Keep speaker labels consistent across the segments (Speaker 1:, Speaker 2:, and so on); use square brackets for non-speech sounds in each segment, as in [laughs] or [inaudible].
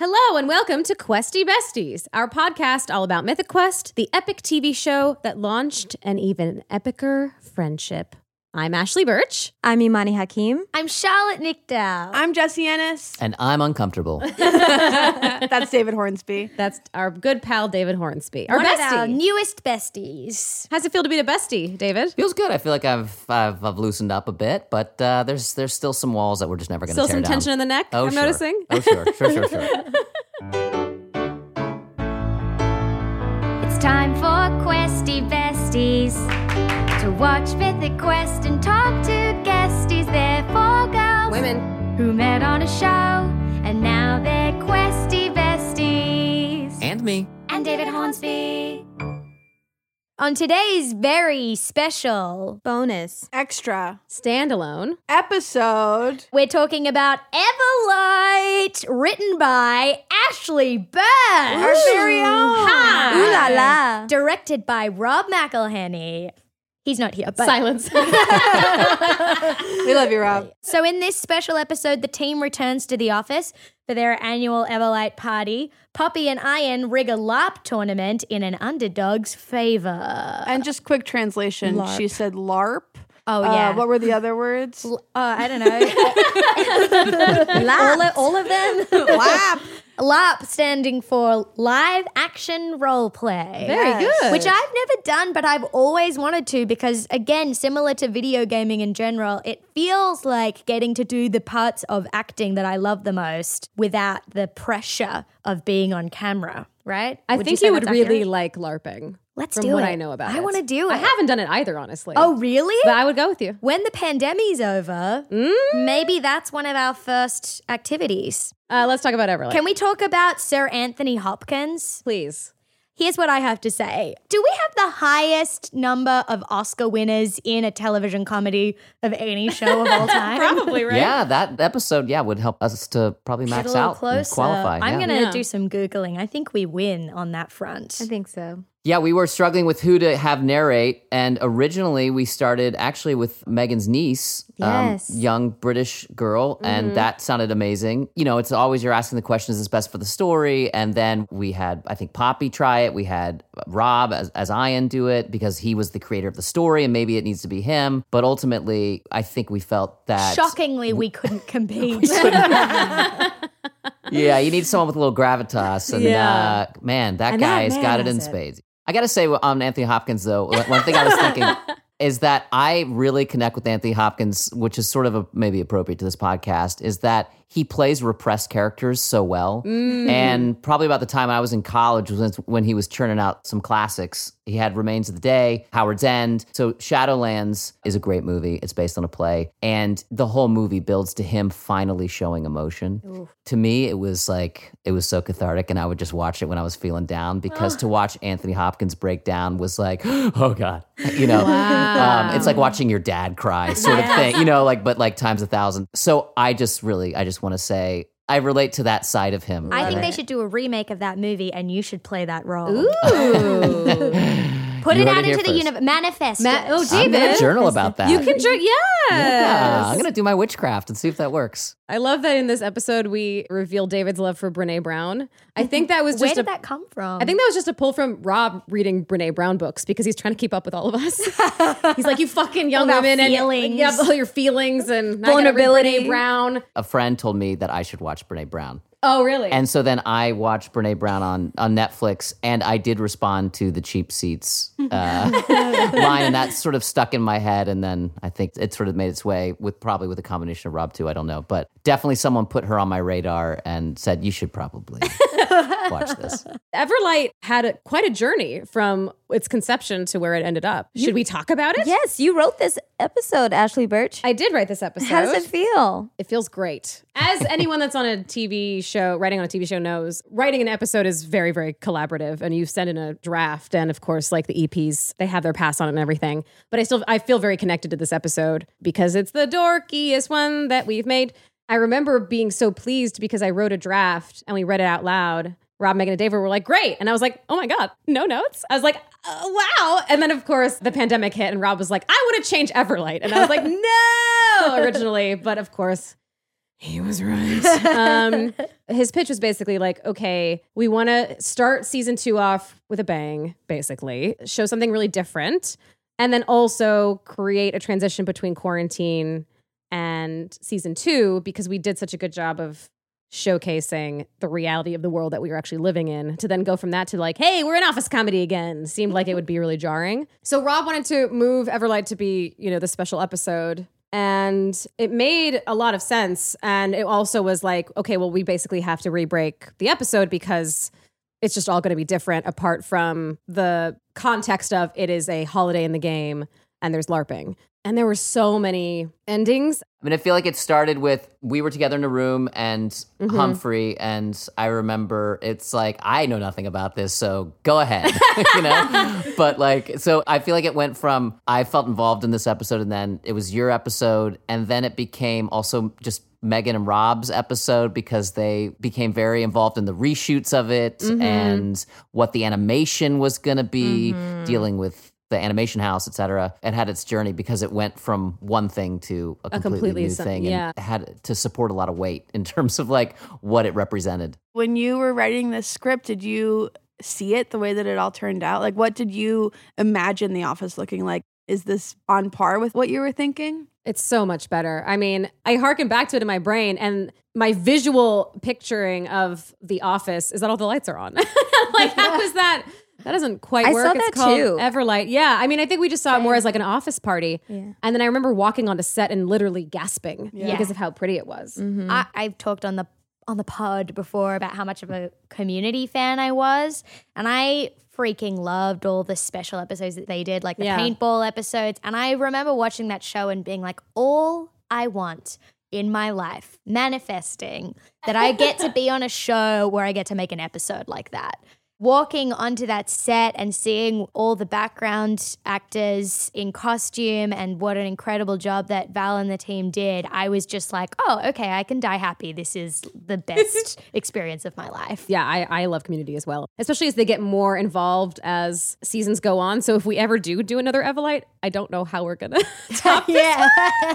Speaker 1: Hello and welcome to Questy Besties, our podcast all about Mythic Quest, the epic TV show that launched an even epicer friendship. I'm Ashley Birch.
Speaker 2: I'm Imani Hakim.
Speaker 3: I'm Charlotte Nickdow.
Speaker 4: I'm Jesse Ennis.
Speaker 5: And
Speaker 1: [laughs]
Speaker 5: I'm uncomfortable.
Speaker 4: That's David Hornsby.
Speaker 1: That's our good pal David Hornsby, our
Speaker 3: One of our
Speaker 1: bestie.
Speaker 3: newest besties.
Speaker 1: How's it feel to be the bestie, David?
Speaker 5: Feels good. I feel like I've I've, I've loosened up a bit, but uh, there's there's still some walls that we're just never going to
Speaker 1: Still some
Speaker 5: tear down.
Speaker 1: tension in the neck.
Speaker 5: oh,
Speaker 1: I'm
Speaker 5: sure.
Speaker 1: noticing.
Speaker 5: Oh sure, sure,
Speaker 1: [laughs]
Speaker 5: sure, sure.
Speaker 3: It's time for Questy Besties to watch Mythic Quest and talk to guesties. They're four girls
Speaker 1: Women.
Speaker 3: who met on a show and now they're Questy Besties.
Speaker 5: and me.
Speaker 3: and David Hornsby. On today's very special,
Speaker 2: Bonus.
Speaker 4: Extra
Speaker 1: Standalone.
Speaker 4: episode.
Speaker 3: we're talking about Everlight, written by Ashley Bird.
Speaker 4: Our very own.
Speaker 3: Hi.
Speaker 2: Ooh la la.
Speaker 3: Directed by Rob McElhenney. He's not here, but.
Speaker 1: Silence. [laughs]
Speaker 4: We love you, Rob.
Speaker 3: [laughs] So, in this special episode, the team returns to the office for their annual Everlight party. Poppy and Ian rig a LARP tournament in an underdog's favor.
Speaker 4: And just quick translation. She said LARP.
Speaker 3: Oh,
Speaker 4: Uh,
Speaker 3: yeah.
Speaker 4: what were the other words?
Speaker 3: L- uh, I don't
Speaker 1: [laughs]
Speaker 3: know. all, of, all of them.
Speaker 4: LARP.
Speaker 3: LARP standing for live action role play.
Speaker 1: Very good.
Speaker 3: Which I've never done, but I've always wanted to because, again, similar to video gaming in general, it feels like getting to do the parts of acting that I love the most without the pressure of being on camera, right?
Speaker 1: I think you,
Speaker 3: say
Speaker 1: would
Speaker 3: that's
Speaker 1: really
Speaker 3: accurate?
Speaker 1: like LARPing.
Speaker 3: Let's
Speaker 1: from
Speaker 3: do
Speaker 1: what
Speaker 3: it.
Speaker 1: I know about
Speaker 3: I
Speaker 1: it.
Speaker 3: wanna do
Speaker 1: I
Speaker 3: it.
Speaker 1: haven't done it either, honestly.
Speaker 3: Oh, really?
Speaker 1: But I would go with you.
Speaker 3: when the pandemic's over,
Speaker 1: Mm.
Speaker 3: maybe that's one of our first activities.
Speaker 1: Uh, let's talk about Everlight.
Speaker 3: Can we talk about Sir Anthony Hopkins?
Speaker 1: Please.
Speaker 3: Here's what I have to say. Do we have the highest number of Oscar winners in a television comedy of any show of
Speaker 1: [laughs]
Speaker 3: all time?
Speaker 1: Probably, right?
Speaker 5: Yeah, that episode, yeah, would help us to probably
Speaker 3: Get a
Speaker 5: max
Speaker 3: little
Speaker 5: out and
Speaker 1: uh,
Speaker 3: closer.
Speaker 5: qualify.
Speaker 3: I'm
Speaker 5: yeah.
Speaker 3: gonna
Speaker 1: Yeah.
Speaker 3: do some googling. I think we win on that front.
Speaker 2: I think so.
Speaker 5: Yeah, we were struggling with who to have narrate, and originally we started actually with Megan's niece, um,
Speaker 2: Yes.
Speaker 5: young British girl, and that sounded amazing. You know, it's always you're asking the question, is this best for the story? And then we had, I think, Poppy try it. We had Rob as, as Ian do it because he was the creator of the story, and maybe it needs to be him. But ultimately, I think we felt that
Speaker 3: Shockingly, we
Speaker 5: [laughs]
Speaker 3: couldn't compete. [laughs]
Speaker 5: yeah, you need someone with a little gravitas. And
Speaker 1: Yeah.
Speaker 5: uh, man, that
Speaker 2: And that
Speaker 5: guy's
Speaker 2: man
Speaker 5: got it
Speaker 2: has
Speaker 5: in
Speaker 2: it.
Speaker 5: spades. I got to say on Anthony Hopkins, though, one thing I was
Speaker 2: [laughs]
Speaker 5: thinking is that I really connect with Anthony Hopkins, which is sort of a, maybe appropriate to this podcast, is that he plays repressed characters so well.
Speaker 2: Mm.
Speaker 5: And probably about the time I was in college was when he was churning out some classics. He had Remains of the Day, Howard's End. So Shadowlands is a great movie. It's based on a play. And the whole movie builds to him finally showing emotion to me it was like it was so cathartic and i would just watch it when i was feeling down because to watch anthony hopkins break down was like [gasps] oh god [laughs] you know um, it's like watching your dad cry sort of thing you know like but like times a thousand so i just really i just want to say i relate to that side of him
Speaker 3: I think
Speaker 5: And
Speaker 3: they should do a remake of that movie, and you should play that role.
Speaker 1: Ooh.
Speaker 3: Put
Speaker 5: You
Speaker 3: it out
Speaker 5: heard it here
Speaker 3: into the
Speaker 5: first.
Speaker 3: universe. Manifest.
Speaker 1: Ma-
Speaker 3: it.
Speaker 1: oh,
Speaker 5: i'm
Speaker 1: David.
Speaker 5: gonna journal about that
Speaker 1: You can drink.
Speaker 5: yeah,
Speaker 1: Yes.
Speaker 5: i'm gonna do my witchcraft and see if that works
Speaker 1: I love that in this episode we reveal David's love for Brene Brown. I think that was
Speaker 3: Where
Speaker 1: just
Speaker 3: did
Speaker 1: a. I
Speaker 3: that come from?
Speaker 1: think that was just a pull from Rob reading Brene Brown books because he's trying to keep up with all of us.
Speaker 3: [laughs]
Speaker 1: he's like, you fucking young
Speaker 3: All about
Speaker 1: women and
Speaker 3: feelings.
Speaker 1: yeah, all your feelings and I gotta read Brene
Speaker 2: Vulnerability.
Speaker 1: Brown.
Speaker 5: a friend told me that i should watch brene brown
Speaker 1: Oh, really?
Speaker 5: And so then I watched Brene Brown on, on Netflix, and I did respond to the cheap seats uh, line, and that sort of stuck in my head. And then I think it sort of made its way with probably with a combination of Rob too. I don't know, but definitely someone put her on my radar and said you should probably watch this.
Speaker 1: Everlight had a, quite a journey from its conception to where it ended up. Should we talk about it?
Speaker 2: Yes, you wrote this episode,
Speaker 1: [laughs]
Speaker 2: Ashley Birch.
Speaker 1: I did write this episode.
Speaker 2: How does it feel?
Speaker 1: It feels great. As anyone that's on a TV show, writing on a TV show knows, writing an episode is very, very collaborative and you send in a draft and of course like the EPs, they have their pass on it and everything. But I still I feel very connected to this episode because it's the dorkiest one that we've made. I remember being so pleased because I wrote a draft and we read it out loud. Rob, Megan, and David were like, great. And I was like, oh my God, no notes. I was like, uh, wow. And then, of course, the pandemic hit, and [laughs] Rob was like, I want to change Everlight. And I was like, no, originally. But of course, He was right. um, [laughs] his pitch was basically like, okay, we want to start season two off with a bang, basically, show something really different, and then also create a transition between quarantine and season two because we did such a good job of showcasing the reality of the world that we were actually living in to then go from that to like hey we're in office comedy again seemed like it would be really jarring so rob wanted to move everlight to be you know the special episode and it made a lot of sense and it also was like okay well we basically have to re-break the episode because it's just all going to be different apart from the context of it is a holiday in the game and there's larping and there were so many endings
Speaker 5: I mean, I feel like it started with we were together in a room and
Speaker 1: Mhm.
Speaker 5: Humphrey, and I remember it's like, I know nothing about this, so go ahead, [laughs] you know? But like, so I feel like it went from I felt involved in this episode, and then it was your episode, and then it became also just Megan and Rob's episode because they became very involved in the reshoots of it and what the animation was going to be, dealing with. The animation house, et cetera, it had its journey because it went from one thing to a completely,
Speaker 1: completely
Speaker 5: new
Speaker 1: some-
Speaker 5: thing
Speaker 1: yeah.
Speaker 5: and had to support a lot of weight in [laughs] terms of like what it represented.
Speaker 4: When you were writing this script, did you see it the way that it all turned out? Like, what did you imagine the office looking like? Is this on par with what you were thinking?
Speaker 1: It's so much better. I mean, I hearken back to it in my brain, and my visual picturing of the office is that all the lights are on. [laughs] like, how
Speaker 2: [laughs]
Speaker 1: is that? That doesn't quite
Speaker 2: I
Speaker 1: work.
Speaker 2: saw
Speaker 1: it's
Speaker 2: that
Speaker 1: called
Speaker 2: too.
Speaker 1: Everlight. Yeah. I mean, I think we just saw it more as like an office party.
Speaker 2: Yeah.
Speaker 1: And then I remember walking onto set and literally gasping
Speaker 4: Yeah.
Speaker 1: because of how pretty it was.
Speaker 3: I, I've talked on the on the pod before about how much of a community fan I was, and I freaking loved all the special episodes that they did, like the
Speaker 1: Yeah.
Speaker 3: paintball episodes. And I remember watching that show and being like, all I want in my life, manifesting that I get to be on a show where I get to make an episode like that. Walking onto that set and seeing all the background actors in costume and what an incredible job that Val and the team did, I was just like, oh, okay, I can die happy. This is the best experience of my life.
Speaker 1: Yeah, I, I love community as well, especially as they get more involved as seasons go on. So if we ever do do another Everlight, I don't know how we're [laughs] going to top this.
Speaker 3: Yeah.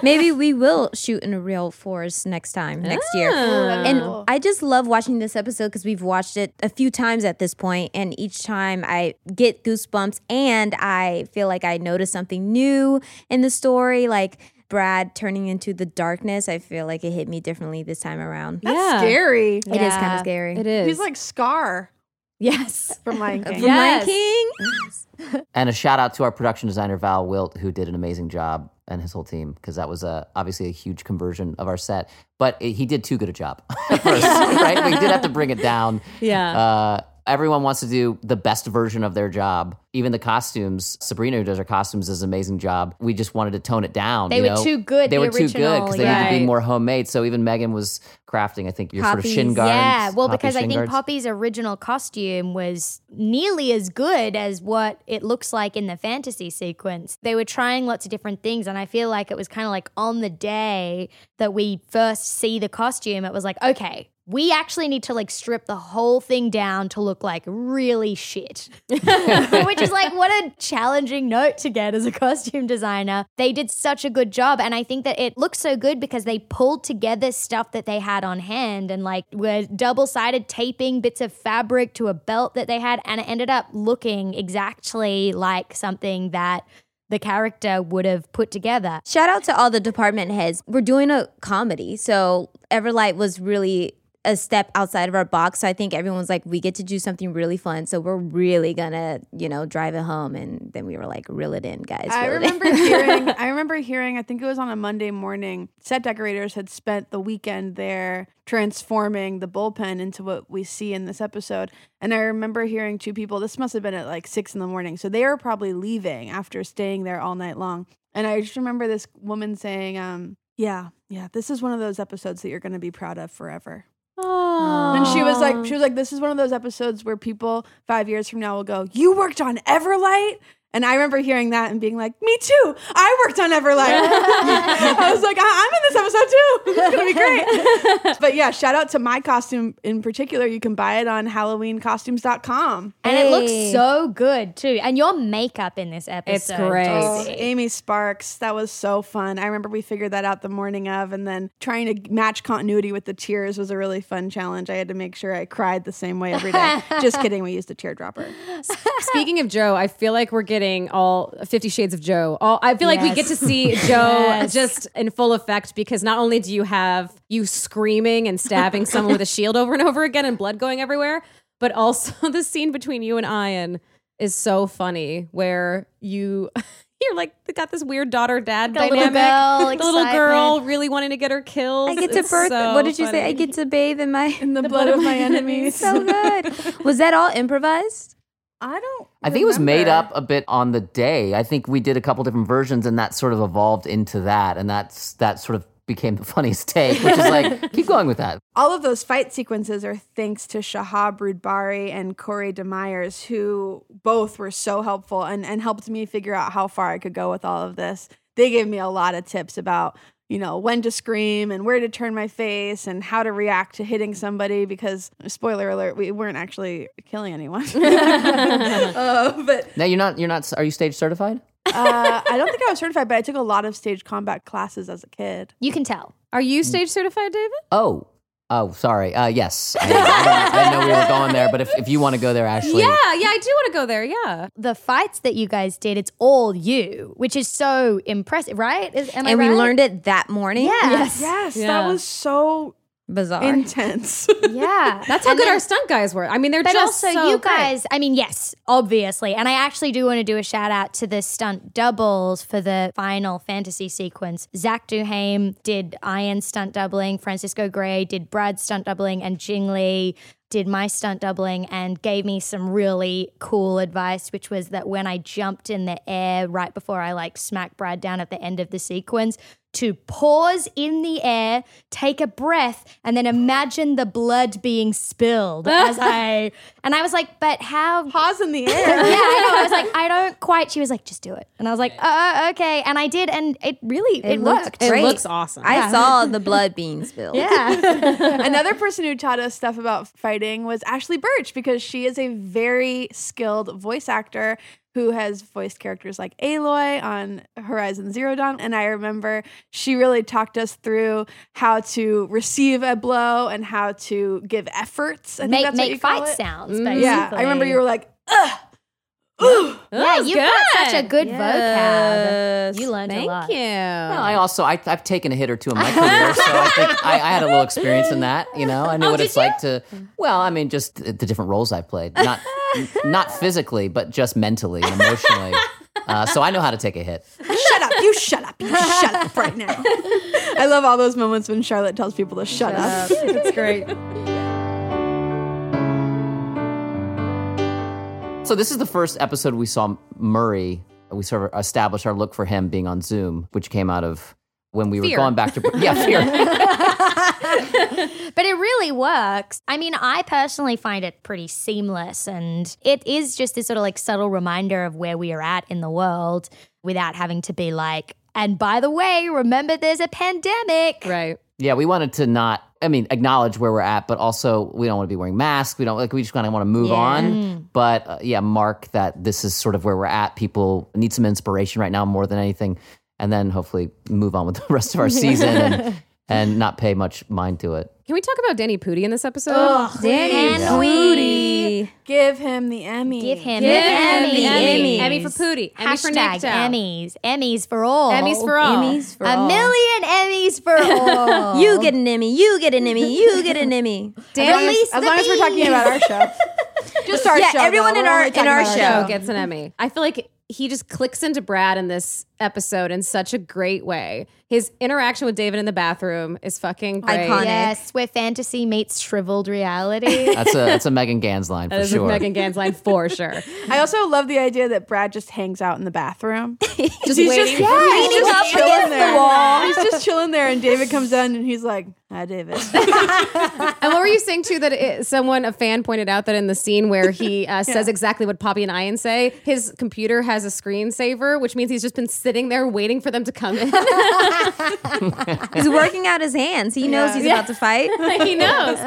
Speaker 2: Maybe we will shoot in a real force next time, next year.
Speaker 1: Ah.
Speaker 2: And I just love watching this episode because we've watched it a few times at this point, and each time I get goosebumps and I feel like I notice something new in the story, like Brad turning into the darkness. I feel like it hit me differently this time around.
Speaker 4: That's
Speaker 1: Yeah.
Speaker 4: scary.
Speaker 2: It is kind
Speaker 3: Yeah.
Speaker 2: of scary.
Speaker 1: It is.
Speaker 4: He's like Scar
Speaker 1: yes.
Speaker 4: from Lion King.
Speaker 1: Yeah.
Speaker 2: Lion
Speaker 1: Yes.
Speaker 2: King.
Speaker 5: And a shout out to our production designer Val Wilt, who did an amazing job, and his whole team because that was a, obviously a huge conversion of our set. But it, he did too good a job [laughs]
Speaker 3: [laughs]
Speaker 5: at first, right? We did have to bring it down.
Speaker 1: Yeah.
Speaker 5: Uh, everyone wants to do the best version of their job. Even the costumes, Sabrina, who does our costumes, does an amazing job. We just wanted to tone it down.
Speaker 3: They
Speaker 5: you
Speaker 3: were
Speaker 5: know?
Speaker 3: too good,
Speaker 5: They
Speaker 3: the
Speaker 5: were too good
Speaker 3: original,
Speaker 5: because they needed to be
Speaker 1: yeah.
Speaker 5: more homemade. So even Megan was crafting, I think, your sort of
Speaker 2: Poppies.
Speaker 5: shin guards.
Speaker 3: Yeah, well,
Speaker 5: poppy
Speaker 3: because I
Speaker 5: shin
Speaker 3: think
Speaker 5: guards.
Speaker 3: Poppy's original costume was nearly as good as what it looks like in the fantasy sequence. They were trying lots of different things, and I feel like it was kind of like on the day that we first see the costume, it was like, okay. We actually need to like strip the whole thing down to look like really shit. [laughs] which is like what a challenging note to get as a costume designer. They did such a good job, and I think that it looks so good because they pulled together stuff that they had on hand and like were double sided taping bits of fabric to a belt that they had, and it ended up looking exactly like something that the character would have put together.
Speaker 2: Shout out to all the department heads. We're doing a comedy, so Everlight was really a step outside of our box. So I think everyone's like, we get to do something really fun. So we're really gonna, you know, drive it home. And then we were like, reel it in, guys.
Speaker 4: I
Speaker 2: reel it in. [laughs]
Speaker 4: remember hearing. I remember hearing. I think it was on a Monday morning. Set decorators had spent the weekend there transforming the bullpen into what we see in this episode. And I remember hearing two people. This must have been at like six in the morning, so they were probably leaving after staying there all night long. And I just remember this woman saying, um, "Yeah, yeah, this is one of those episodes that you're going to be proud of forever." And she was like, she was like, this is one of those episodes where people five years from now will go, "You worked on Everlight," And I remember hearing that and being like, "Me too! I worked on Everlight." [laughs] I was like, I- "I'm in this episode too. It's gonna be great." but yeah, shout out to my costume in particular. You can buy it on HalloweenCostumes.com.
Speaker 3: And it looks
Speaker 2: Hey.
Speaker 3: so good too. And your makeup in this episode.
Speaker 1: great.
Speaker 4: Oh,
Speaker 3: Daisy.
Speaker 4: Amy Sparks, that was so fun. I remember we figured that out the morning of, and then trying to match continuity with the tears was a really fun challenge. I had to make sure I cried the same way every day. Just kidding, we used a teardropper.
Speaker 1: [laughs] Speaking of Joe, I feel like we're getting all Fifty Shades of Joe. All I feel like we
Speaker 3: Yes.
Speaker 1: get to see Joe
Speaker 4: [laughs]
Speaker 1: just in full effect because not only do you have you screaming and
Speaker 4: [laughs]
Speaker 1: stabbing someone with a shield over and over again and blood going everywhere, but also [laughs] the scene between you and Ian is so funny where you [laughs] you're like they got this weird daughter dad
Speaker 3: Like a little
Speaker 1: dynamic.
Speaker 3: girl,
Speaker 1: the [laughs] little
Speaker 3: excitement.
Speaker 1: girl really wanting to get her kills.
Speaker 2: I get to
Speaker 1: It's
Speaker 2: birth.
Speaker 1: so
Speaker 2: what did you say?
Speaker 1: funny.
Speaker 2: I get to bathe in my. [laughs]
Speaker 4: In the, blood, of my enemies.
Speaker 2: so good. Was that all improvised?
Speaker 4: I don't.
Speaker 5: I think it was made
Speaker 4: remember.
Speaker 5: up a bit on the day. I think we did a couple different versions, and that sort of evolved into that, and that's that sort of became the [laughs] funniest take, which is like keep going with that.
Speaker 4: All of those fight sequences are thanks to Shahab Rudbari and Corey DeMyers, who both were so helpful and, and helped me figure out how far I could go with all of this. They gave me a lot of tips about, you know, when to scream and where to turn my face and how to react to hitting somebody because, spoiler alert, we weren't actually killing anyone.
Speaker 5: [laughs]
Speaker 4: [laughs] Uh, but
Speaker 5: Now you're not you're not are you stage certified?
Speaker 4: uh, I don't think I was certified, but I took a lot of stage combat classes as a kid.
Speaker 3: You can tell.
Speaker 1: Are you stage certified, David?
Speaker 5: Oh. Oh, sorry. Uh, yes. I, I didn't- I didn't know we were going there, but if, if you want to go there, Ashley.
Speaker 1: Yeah, yeah, I do want to go there. Yeah.
Speaker 3: The fights that you guys did, it's all you, which is so impressive, right? Is, am I
Speaker 2: and we
Speaker 3: right?
Speaker 2: learned it that morning. [laughs]
Speaker 3: Yeah. Yes.
Speaker 4: Yes,
Speaker 1: Yeah.
Speaker 4: that was so
Speaker 2: Bizarre.
Speaker 4: intense.
Speaker 3: Yeah.
Speaker 1: That's how good our stunt guys were. I mean, they're
Speaker 3: But
Speaker 1: just
Speaker 3: also,
Speaker 1: so
Speaker 3: you
Speaker 1: great.
Speaker 3: guys, I mean, yes, obviously. And I actually do want to do a shout out to the stunt doubles for the final fantasy sequence. Zach Duhame did Ian stunt doubling, Francisco Gray did Brad's stunt doubling, and Jing Lee did my stunt doubling and gave me some really cool advice, which was that when I jumped in the air right before I like smacked Brad down at the end of the sequence, to pause in the air, take a breath, and then imagine the blood being
Speaker 4: [laughs]
Speaker 3: spilled as I and I was like, but how
Speaker 4: Pause in
Speaker 3: [laughs]
Speaker 4: the
Speaker 3: yeah,
Speaker 4: air.
Speaker 3: I know. I was like, I don't quite. She was like, just do it. And I was like, oh, okay. And I did. And it really, it, worked.
Speaker 1: It
Speaker 2: great.
Speaker 1: looks awesome.
Speaker 2: I saw the blood being
Speaker 1: [laughs]
Speaker 2: spilled. [laughs]
Speaker 3: Yeah.
Speaker 4: Another person who taught us stuff about fighting was Ashley Birch because she is a very skilled voice actor who has voiced characters like Aloy on Horizon Zero Dawn. And I remember she really talked us through how to receive a blow and how to give efforts. I think
Speaker 3: make
Speaker 4: that's what you
Speaker 3: make
Speaker 4: call
Speaker 3: fight
Speaker 4: it. Mm-hmm.
Speaker 3: sounds,
Speaker 1: Mm.
Speaker 3: basically.
Speaker 4: Yeah, I remember you were like, ugh, ooh.
Speaker 3: Yeah, you've got such a good
Speaker 1: Yes.
Speaker 3: vocab. You learned
Speaker 1: Thank
Speaker 3: a lot.
Speaker 1: you.
Speaker 5: Well, I also I, I've taken a hit or two in my career, so I think I, I had a little experience in that. You know, I know what it's like to. Well, I mean, just the, the different roles I've played, not n- not physically, but just mentally and emotionally. Uh, so I know how to take a hit.
Speaker 4: shut up, you shut up, you shut up
Speaker 3: [laughs]
Speaker 4: right now. I love all those moments when Charlotte tells people to shut, up.
Speaker 1: That's great.
Speaker 5: So this is the first episode we saw Murray. We sort of established our look for him being on Zoom, which came out of when we
Speaker 1: Fear.
Speaker 5: were going back to yeah fear.
Speaker 3: But it really works. I mean, I personally find it pretty seamless, and it is just this sort of like subtle reminder of where we are at in the world without having to be like, and by the way, remember there's a pandemic.
Speaker 1: Right.
Speaker 5: yeah, we wanted to not. I mean, acknowledge where we're at, but also we don't want to be wearing masks. We don't like. We just kind of want to move on. But uh, yeah, mark that this is sort of where we're at. People need some inspiration right now more than anything, and then hopefully move on with the [laughs] rest of our season and, and not pay much mind to it.
Speaker 1: Can we talk about Danny Pudi in this episode?
Speaker 4: Please.
Speaker 3: And we
Speaker 4: Give him the Emmy.
Speaker 3: give him
Speaker 1: Give
Speaker 3: an
Speaker 1: him the Emmy.
Speaker 3: Emmy.
Speaker 1: Emmy for Pudi. Emmy for
Speaker 3: Hashtag
Speaker 1: Nikto.
Speaker 3: Emmys. Emmys for all.
Speaker 1: Emmys for all.
Speaker 2: Emmys for
Speaker 3: a
Speaker 2: all.
Speaker 3: million Emmys for all.
Speaker 2: You get an Emmy. You get an Emmy. You get an [laughs] Emmy.
Speaker 4: As long as,
Speaker 3: Release
Speaker 4: as
Speaker 3: the
Speaker 4: long as we're talking
Speaker 3: bees.
Speaker 4: about our show. Just our
Speaker 2: Yeah,
Speaker 4: show.
Speaker 2: everyone
Speaker 4: though.
Speaker 2: in
Speaker 4: We're
Speaker 2: our-
Speaker 4: only talking
Speaker 2: in our
Speaker 4: about
Speaker 2: show.
Speaker 1: show gets an Emmy. I feel like he just clicks into Brad in this episode in such a great way. His interaction with David in the bathroom is fucking great.
Speaker 2: Iconic.
Speaker 3: Yes, where fantasy meets shriveled reality.
Speaker 5: [laughs] That's a that's a Megan Gans line
Speaker 1: That
Speaker 5: for
Speaker 1: is
Speaker 5: sure.
Speaker 1: Megan Gann's line for sure.
Speaker 4: I also love the idea that Brad just hangs out in the bathroom.
Speaker 1: Just
Speaker 4: he's
Speaker 1: waiting.
Speaker 4: just, he's
Speaker 2: leaning up
Speaker 4: just chilling
Speaker 2: against the
Speaker 4: there.
Speaker 2: wall.
Speaker 4: He's just chilling there, and David comes down and he's like, "Hi, David."
Speaker 1: And what were you saying too? That it, someone, a fan, pointed out that in the scene where he uh, says exactly what Poppy and Ian say, his computer has has a screensaver, which means he's just been sitting there waiting for them to come in. [laughs]
Speaker 2: He's working out his hands. He knows he's about to [laughs] fight.
Speaker 1: he knows.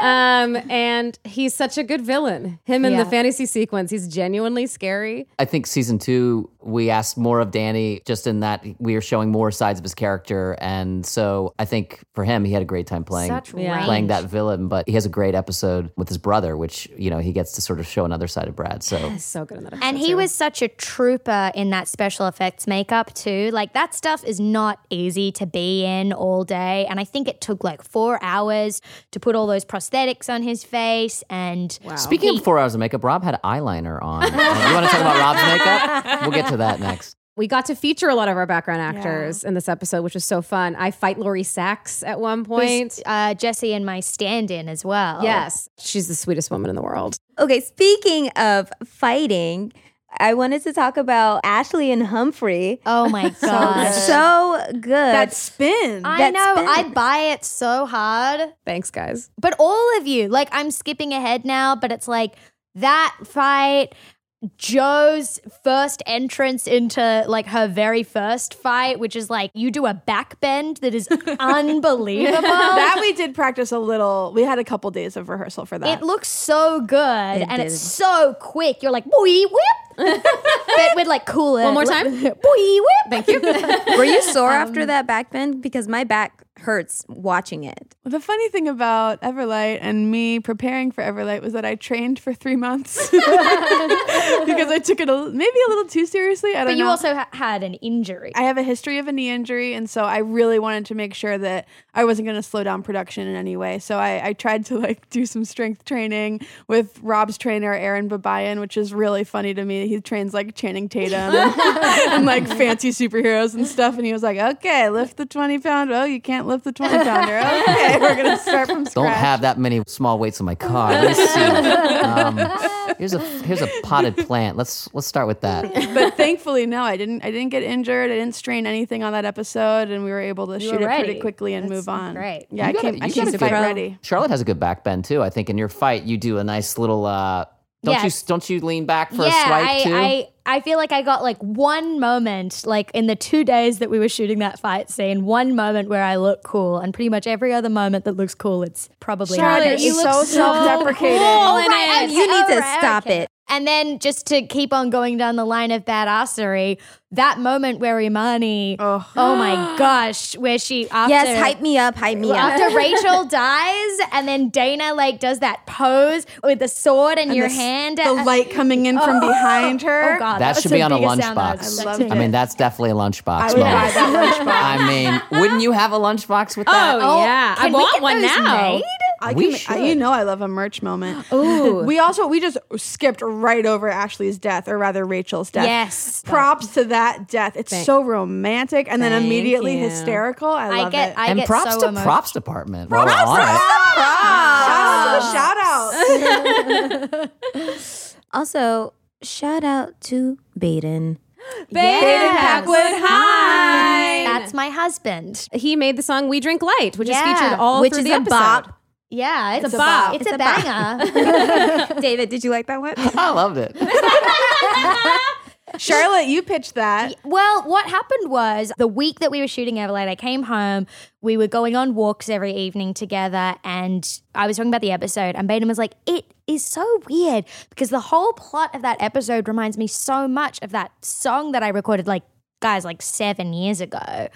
Speaker 1: Um, and he's such a good villain. Him in the
Speaker 3: Yeah.
Speaker 1: fantasy sequence, he's genuinely scary.
Speaker 5: I think season two, we asked more of Danny, just in that we are showing more sides of his character. And so I think for him, he had a great time playing.
Speaker 6: Such
Speaker 1: Yeah.
Speaker 5: Playing that villain, but he has a great episode with his brother, which you know he gets to sort of show another side of Brad. So
Speaker 1: He's so good in that.
Speaker 3: And he was such a trooper in that special effects makeup too. Like that stuff is not easy to be in all day. And I think it took like four hours to put all those prosthetics on his face. And
Speaker 5: Speaking of four hours of makeup, Rob had eyeliner on. Uh, you want to talk about Rob's makeup? We'll get to that next.
Speaker 1: we got to feature a lot of our background actors in this episode, which was so fun. I fight Lori Sachs at one point.
Speaker 3: uh, Jesse and my stand-in as
Speaker 4: oh.
Speaker 3: well.
Speaker 1: Yes, she's the sweetest woman in the world.
Speaker 2: Okay, speaking of fighting, I wanted to talk about Ashley and Humphrey.
Speaker 3: Oh my gosh.
Speaker 2: So good.
Speaker 4: That spin.
Speaker 3: I
Speaker 2: That's
Speaker 3: know.
Speaker 2: been-
Speaker 3: I buy it so hard.
Speaker 1: Thanks, guys.
Speaker 3: But all of you, like, I'm skipping ahead now, but it's like that fight, Joe's first entrance into like her very first fight, which is like you do a backbend that
Speaker 1: [laughs]
Speaker 3: is unbelievable.
Speaker 4: that we did practice a little. We had a couple days of rehearsal for that.
Speaker 3: It looks so good and
Speaker 2: did.
Speaker 3: it's so quick. You're like, boy, whip.
Speaker 1: [laughs]
Speaker 3: but with like cooler.
Speaker 1: One more
Speaker 3: [laughs]
Speaker 1: time?
Speaker 3: boy, whip. [laughs]
Speaker 1: Thank you.
Speaker 2: [laughs] Were you sore [laughs] after that back bend? Because my back hurts watching it.
Speaker 4: the funny thing about Everlight and me preparing for Everlight was that I trained for three months [laughs] because I took it a, maybe a little too seriously. I don't
Speaker 3: But you
Speaker 4: know.
Speaker 3: also ha- had an injury.
Speaker 4: I have a history of a knee injury, and so I really wanted to make sure that I wasn't going to slow down production in any way. So I, I tried to like do some strength training with Rob's trainer Aaron Babayan, which is really funny to me. He trains like Channing
Speaker 3: [laughs]
Speaker 4: Tatum and, and, like fancy superheroes and stuff, and he was like, "Okay, lift the twenty pounder. Oh, you can't lift the twenty pounder. Okay, we're going to start from scratch."
Speaker 5: Don't have that many small weights in my car. Let me see. Um, here's a here's a potted plant. Let's let's start with that.
Speaker 4: but thankfully, no, I didn't. I didn't get injured. I didn't strain anything on that episode, and we were able to shoot
Speaker 3: were
Speaker 4: it
Speaker 3: ready.
Speaker 4: pretty quickly and move on.
Speaker 3: great.
Speaker 4: Yeah, I
Speaker 5: You got a-
Speaker 4: came. I
Speaker 5: you
Speaker 4: came
Speaker 5: got a
Speaker 4: fight
Speaker 5: good-
Speaker 4: ready.
Speaker 5: Charlotte has a good back bend too. I think in your fight you do a nice little. Uh, don't
Speaker 3: Yes.
Speaker 5: you don't you lean back for
Speaker 3: yeah,
Speaker 5: a swipe
Speaker 3: I,
Speaker 5: too?
Speaker 3: I I feel like I got like one moment, like in the two days that we were shooting that fight scene, one moment where I look cool, and pretty much every other moment that looks cool, it's probably Oh
Speaker 4: Charlotte,
Speaker 3: not.
Speaker 4: you look so self-deprecating.
Speaker 1: cool in it.
Speaker 2: You need to stop it.
Speaker 3: And then just to keep on going down the line of badassery, that moment where Imani, oh, my gosh, where she after
Speaker 2: Yes, hype me up, hype me up.
Speaker 3: after Rachel dies, and then Dana like does that pose with the sword in your
Speaker 4: the s-
Speaker 3: hand,
Speaker 4: the
Speaker 3: and-
Speaker 4: light coming in from behind her.
Speaker 3: [laughs] Oh god,
Speaker 5: that
Speaker 3: was
Speaker 5: should
Speaker 3: the
Speaker 5: be on a
Speaker 3: biggest sound I was
Speaker 5: lunchbox.
Speaker 4: I love
Speaker 3: expecting.
Speaker 5: I mean, that's definitely a lunchbox
Speaker 4: I would buy
Speaker 5: moment.
Speaker 4: that
Speaker 5: [laughs]
Speaker 4: lunchbox.
Speaker 5: I mean, wouldn't you have a lunchbox with
Speaker 3: Oh,
Speaker 5: that?
Speaker 1: yeah, I
Speaker 3: Can we
Speaker 1: want
Speaker 3: get
Speaker 1: one
Speaker 3: those
Speaker 1: now.
Speaker 3: made?
Speaker 4: I
Speaker 5: We
Speaker 4: can, I- you know I love a merch
Speaker 3: [gasps]
Speaker 4: moment. Ooh. We also we just skipped right over Ashley's death, or rather Rachel's death.
Speaker 3: Yes.
Speaker 4: Props to that death. It's so romantic and then immediately
Speaker 1: you.
Speaker 4: hysterical. I
Speaker 3: I
Speaker 4: love
Speaker 3: get,
Speaker 4: it.
Speaker 3: I
Speaker 5: and
Speaker 3: get
Speaker 5: props
Speaker 3: so
Speaker 5: to
Speaker 3: emotional.
Speaker 5: props department. while we're on it.
Speaker 4: Shout out
Speaker 3: Ah.
Speaker 4: to the
Speaker 3: [laughs]
Speaker 4: shout out.
Speaker 2: [laughs] Also, shout out to Baden.
Speaker 1: Packwood High.
Speaker 3: That's my husband.
Speaker 1: He made the song "We Drink Light," which
Speaker 3: Yeah,
Speaker 1: is featured all
Speaker 2: which
Speaker 1: through
Speaker 2: is
Speaker 1: the
Speaker 2: a
Speaker 1: episode.
Speaker 2: bop.
Speaker 3: Yeah, it's,
Speaker 1: a bop.
Speaker 3: It's, a, banger.
Speaker 2: [laughs] David, did you like that one?
Speaker 5: I loved it.
Speaker 4: Charlotte, you pitched that.
Speaker 3: well, what happened was the week that we were shooting Everlight, I came home. We were going on walks every evening together, and I was talking about the episode, and Baden was like, "It is so weird because the whole plot of that episode reminds me so much of that song that I recorded, like guys, like seven years ago,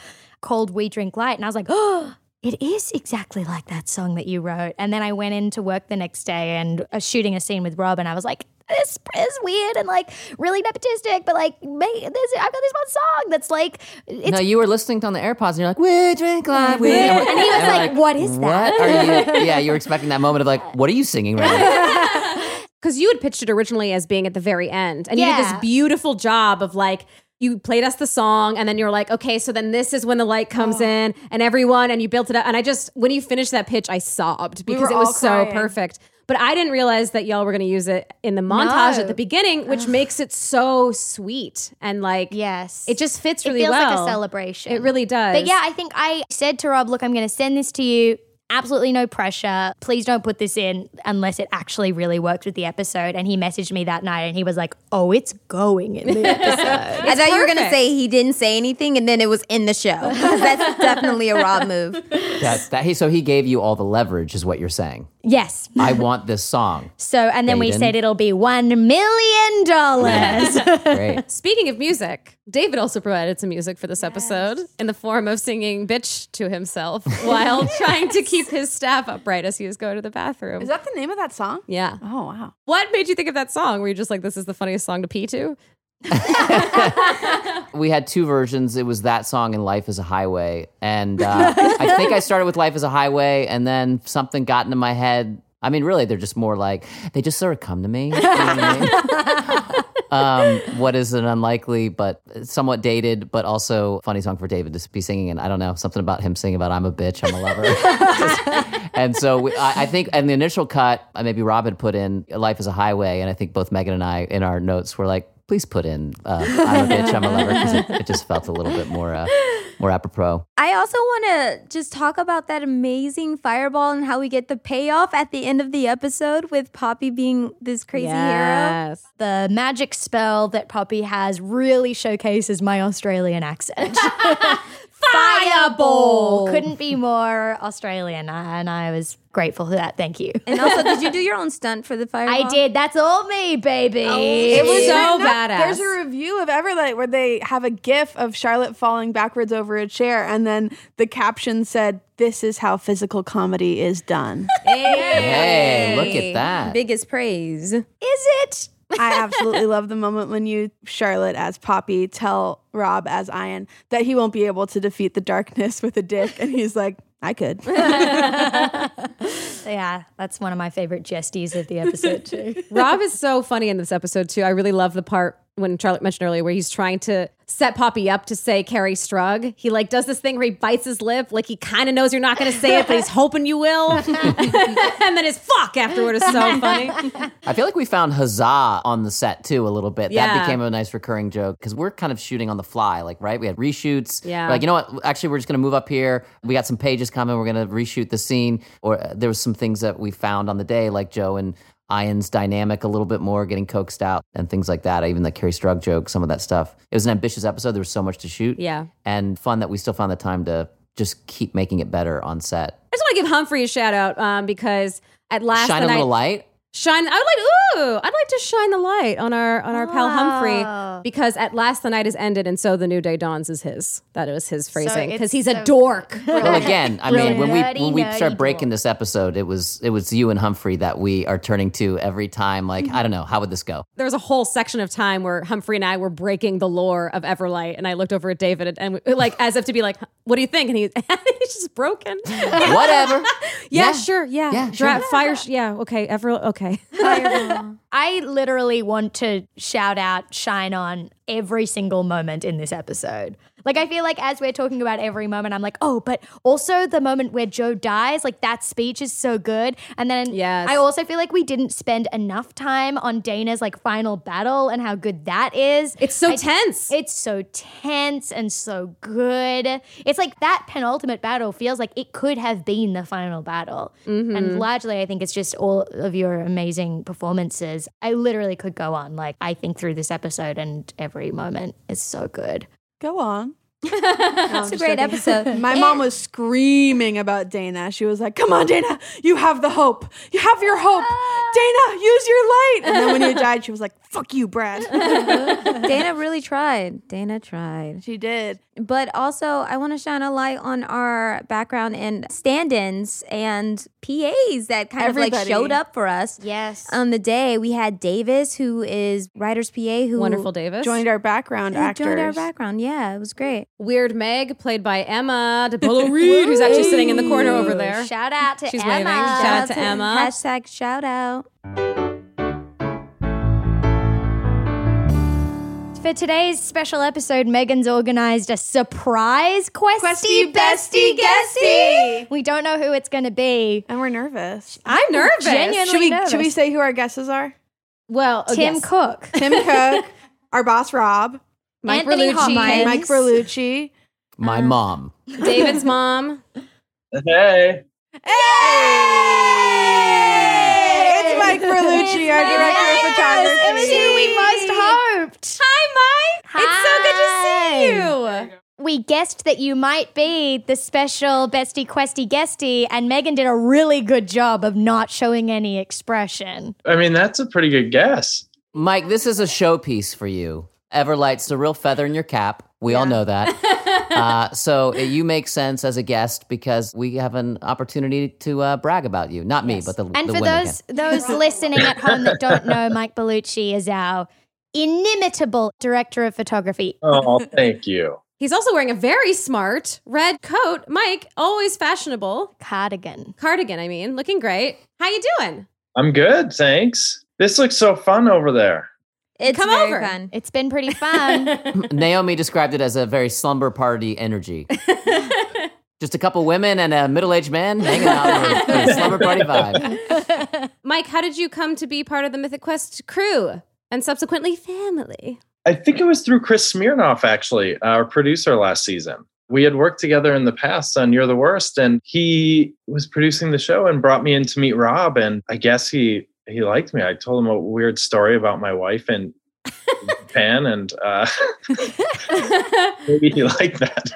Speaker 3: called "We Drink Light," and I was like, [gasps] "Oh." it is exactly like that song that you wrote. And then I went into work the next day and uh, shooting a scene with Rob, and I was like, this is weird and like really nepotistic, but like, may, this, I've got this one song that's like, it's
Speaker 5: no, you were listening on the AirPods and you're like, we drink live. We. And
Speaker 3: he was
Speaker 5: I'm
Speaker 3: like, "What is that?"
Speaker 5: What are you? Yeah, you were expecting that moment of like, what are you singing
Speaker 3: [laughs]
Speaker 5: right now?
Speaker 1: because you had pitched it originally as being at the very end, and you did
Speaker 3: Yeah.
Speaker 1: this beautiful job of like you played us the song, and then you're like, okay, so then this is when the light comes
Speaker 3: Oh.
Speaker 1: in, and everyone, and you built it up. And I just when you finished that pitch, I sobbed because
Speaker 4: were
Speaker 1: it was
Speaker 4: all
Speaker 1: so
Speaker 4: crying.
Speaker 1: perfect. But I didn't realize that y'all were going to use it in the montage
Speaker 3: No.
Speaker 1: at the beginning, which makes it so sweet and like
Speaker 3: Yes.
Speaker 1: it just fits
Speaker 3: it
Speaker 1: really
Speaker 3: feels
Speaker 1: well.
Speaker 3: like a celebration.
Speaker 1: It really does.
Speaker 3: But yeah, I think I said to Rob, look, I'm going to send this to you. absolutely no pressure. Please don't put this in unless it actually really works with the episode. And he messaged me that night and he was like, oh, it's going in the episode.
Speaker 2: I thought you were going to say he didn't say anything and then it was in the show. 'Cause [laughs] That's definitely a Rob move.
Speaker 5: That, that he so he gave you all the leverage, is what you're saying.
Speaker 3: yes.
Speaker 5: I want this song.
Speaker 3: So, and then we
Speaker 5: Aiden.
Speaker 3: said it'll be $1 million.
Speaker 5: Great.
Speaker 1: Speaking of music, David also provided some music for this episode in the form of singing bitch to himself [laughs] while trying to keep his staff upright as he was going to the bathroom.
Speaker 4: Is that the name of that song?
Speaker 1: yeah.
Speaker 4: Oh wow.
Speaker 1: What made you think of that song? Were you just like, this is the funniest song to pee to?
Speaker 5: we had two versions. It was that song and Life is a Highway. And uh, I think I started with Life is a Highway and then something got into my head. I mean, really, they're just more like, they just sort of come to me. You know what I mean? um, what is an unlikely but somewhat dated, but also funny song for David to be singing? And I don't know, something about him singing about I'm a bitch, I'm a lover. and so we, I, I think in the initial cut, uh, maybe Rob had put in Life is a Highway. And I think both Megan and I in our notes were like, please put in uh, I'm a bitch, I'm a lover, because it, it just felt a little bit more uh, more apropos.
Speaker 2: I also want to just talk about that amazing fireball and how we get the payoff at the end of the episode with Poppy being this crazy
Speaker 1: Oh.
Speaker 2: hero.
Speaker 3: The magic spell that Poppy has really showcases my Australian accent. Fireball! Couldn't be more Australian. And I was grateful for that. Thank you.
Speaker 2: And also, did you do your own stunt for the fireball?
Speaker 3: I did. That's all me, baby.
Speaker 1: It was
Speaker 4: Written
Speaker 1: so
Speaker 4: up.
Speaker 1: badass.
Speaker 4: There's a review of Everlight where they have a gif of Charlotte falling backwards over a chair, and then the caption said, "This is how physical comedy is
Speaker 1: [laughs]
Speaker 4: done."
Speaker 5: Hey, look at that.
Speaker 2: Biggest praise.
Speaker 3: Is it?
Speaker 4: I absolutely love the moment when you, Charlotte as Poppy, tell Rob as Ian that he won't be able to defeat the darkness with a dick, and he's like,
Speaker 1: [laughs]
Speaker 4: "I could."
Speaker 3: Yeah, that's one of my favorite gesties of the episode, too.
Speaker 1: [laughs] Rob is so funny in this episode too. I really love the part when Charlotte mentioned earlier where he's trying to set Poppy up to say Carrie Strug. He like does this thing where he bites his lip, like he kind of knows you're not going to say it, but he's hoping you will. [laughs] and then his fuck afterward is so funny.
Speaker 5: I feel like we found huzzah on the set too a little bit.
Speaker 1: Yeah.
Speaker 5: That became a nice recurring joke because we're kind of shooting on the fly, like right. We had reshoots.
Speaker 1: Yeah.
Speaker 5: We're like you know what? Actually, we're just gonna move up here. We got some pages coming. We're gonna reshoot the scene. Or uh, there was some things that we found on the day, like Joe and. Ian's dynamic a little bit more, getting coaxed out and things like that. Even the Carrie Strug joke, some of that stuff. It was an ambitious episode. There was so much to shoot.
Speaker 1: Yeah.
Speaker 5: and fun that we still found the time to just keep making it better on set.
Speaker 1: I just want to give Humphrey a shout out um, because at last
Speaker 5: Shine
Speaker 1: the
Speaker 5: a little
Speaker 1: night-
Speaker 5: light.
Speaker 1: Shine. I would like. Ooh, I'd like to shine the light on our on our pal Humphrey because at last the night is ended and so the new day dawns is his. That was his phrasing
Speaker 3: it's
Speaker 1: because he's
Speaker 3: so-
Speaker 1: a dork.
Speaker 5: Well, again, I mean, when we
Speaker 3: Nerdy,
Speaker 5: when we
Speaker 3: nerdy
Speaker 5: start breaking
Speaker 3: dwarf.
Speaker 5: this episode, it was it was you and Humphrey that we are turning to every time. Like, I don't know, how would this go?
Speaker 1: there was a whole section of time where Humphrey and I were breaking the lore of Everlight, and I looked over at David and, and like as if to be like, "What do you think?" And he [laughs] he's just broken. yeah,
Speaker 5: Whatever.
Speaker 1: sure, yeah,
Speaker 5: Yeah,
Speaker 1: yeah,
Speaker 5: sure.
Speaker 1: fire, sh- yeah, okay, Ever, okay.
Speaker 3: I literally want to shout out Shine On every single moment in this episode. Like, I feel like as we're talking about every moment, I'm like, oh, but also the moment where Joe dies, like that speech is so good. And then
Speaker 1: Yes.
Speaker 3: I also feel like we didn't spend enough time on Dana's like final battle and how good that is.
Speaker 1: It's so tense.
Speaker 3: It's so tense and so good. It's like that penultimate battle feels like it could have been the final battle.
Speaker 1: Mm-hmm.
Speaker 3: And largely, I think it's just all of your amazing performances. I literally could go on. Like, I think through this episode and every moment is so good.
Speaker 4: Go on.
Speaker 2: It's a great episode. [laughs]
Speaker 4: My mom was screaming about Dana. She was like, "Come on, Dana, you have the hope. You have your hope,
Speaker 1: Ah.
Speaker 4: Dana. Use your light." And then when you died, she was like, "Fuck
Speaker 1: [laughs]
Speaker 4: you, Brad."
Speaker 2: Dana really tried. Dana tried.
Speaker 4: she did.
Speaker 2: But also, I want to shine a light on our background and stand ins and PAs that kind of like
Speaker 4: Everybody.
Speaker 2: showed up for us.
Speaker 3: Yes.
Speaker 2: On the day, we had Davis, who is writer's PA, who
Speaker 1: Wonderful Davis.
Speaker 4: Joined our background
Speaker 2: who
Speaker 4: actors.
Speaker 2: joined our background. Yeah, it was great.
Speaker 1: Weird Meg, played by Emma DePolo Reed, who's actually sitting in the corner over there.
Speaker 3: Shout out to
Speaker 1: She's
Speaker 3: Emma.
Speaker 1: waving. Shout out to Emma.
Speaker 2: Hashtag shout out.
Speaker 3: For today's special episode, Megan's organized a surprise questy, bestie guesty. We don't know who it's going to be.
Speaker 4: And we're nervous.
Speaker 1: I'm nervous.
Speaker 3: Genuinely
Speaker 4: Should we
Speaker 3: nervous.
Speaker 4: should we say who our guesses are?
Speaker 1: Well, oh,
Speaker 3: Tim
Speaker 1: yes.
Speaker 3: Cook.
Speaker 4: [laughs] Tim Cook, our boss Rob,
Speaker 1: Mike
Speaker 3: Anthony
Speaker 1: Berlucci,
Speaker 3: Hopkins.
Speaker 4: Mike Berlucci,
Speaker 5: My mom.
Speaker 1: [laughs] David's mom,
Speaker 6: Hey,
Speaker 4: Hey! It's Mike Berlucci, our director of photography.
Speaker 3: It was who we most hoped.
Speaker 1: Hi, Mike. It's so good to see you.
Speaker 3: We guessed that you might be the special bestie questy guesty, and Megan did a really good job of not showing any expression.
Speaker 6: I mean, that's a pretty good guess.
Speaker 5: Mike, this is a showpiece for you. Everlight's a real feather in your cap. We all know that. uh, so uh, you make sense as a guest because we have an opportunity to uh, brag about you. Not me, but the
Speaker 3: And
Speaker 5: the
Speaker 3: for
Speaker 5: women
Speaker 3: those
Speaker 1: [laughs]
Speaker 3: those listening at home that don't know, Mike Bellucci is our inimitable director of photography.
Speaker 6: Oh, thank you.
Speaker 1: He's also wearing a very smart red coat. Mike, always fashionable.
Speaker 3: Cardigan.
Speaker 1: Cardigan, I mean, looking great. How you doing?
Speaker 6: I'm good, thanks. This looks so fun over there.
Speaker 2: It's
Speaker 1: Come
Speaker 2: very
Speaker 1: over. [laughs]
Speaker 2: fun.
Speaker 3: [laughs] It's been pretty fun.
Speaker 1: Um,
Speaker 5: [laughs] can. Naomi described it as a very slumber party energy. Just a couple women and a middle aged man hanging out with a slumber party vibe.
Speaker 1: Mike, how did you come to be part of the Mythic Quest crew and subsequently family?
Speaker 6: I think it was through Chris Smirnoff, actually, our producer last season. We had worked together in the past on You're the Worst, and he was producing the show and brought me in to meet Rob. And I guess he he liked me. I told him a weird story about my wife and Japan, and uh, [laughs] maybe he liked that.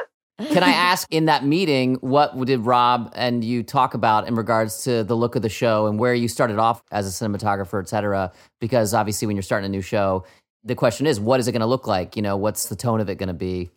Speaker 5: Can I ask in that meeting, what did Rob and you talk about in regards to the look of the show and where you started off as a cinematographer, et cetera? Because obviously, when you're starting a new show, the question is, what is it going to look like? You know, what's the tone of it going to be?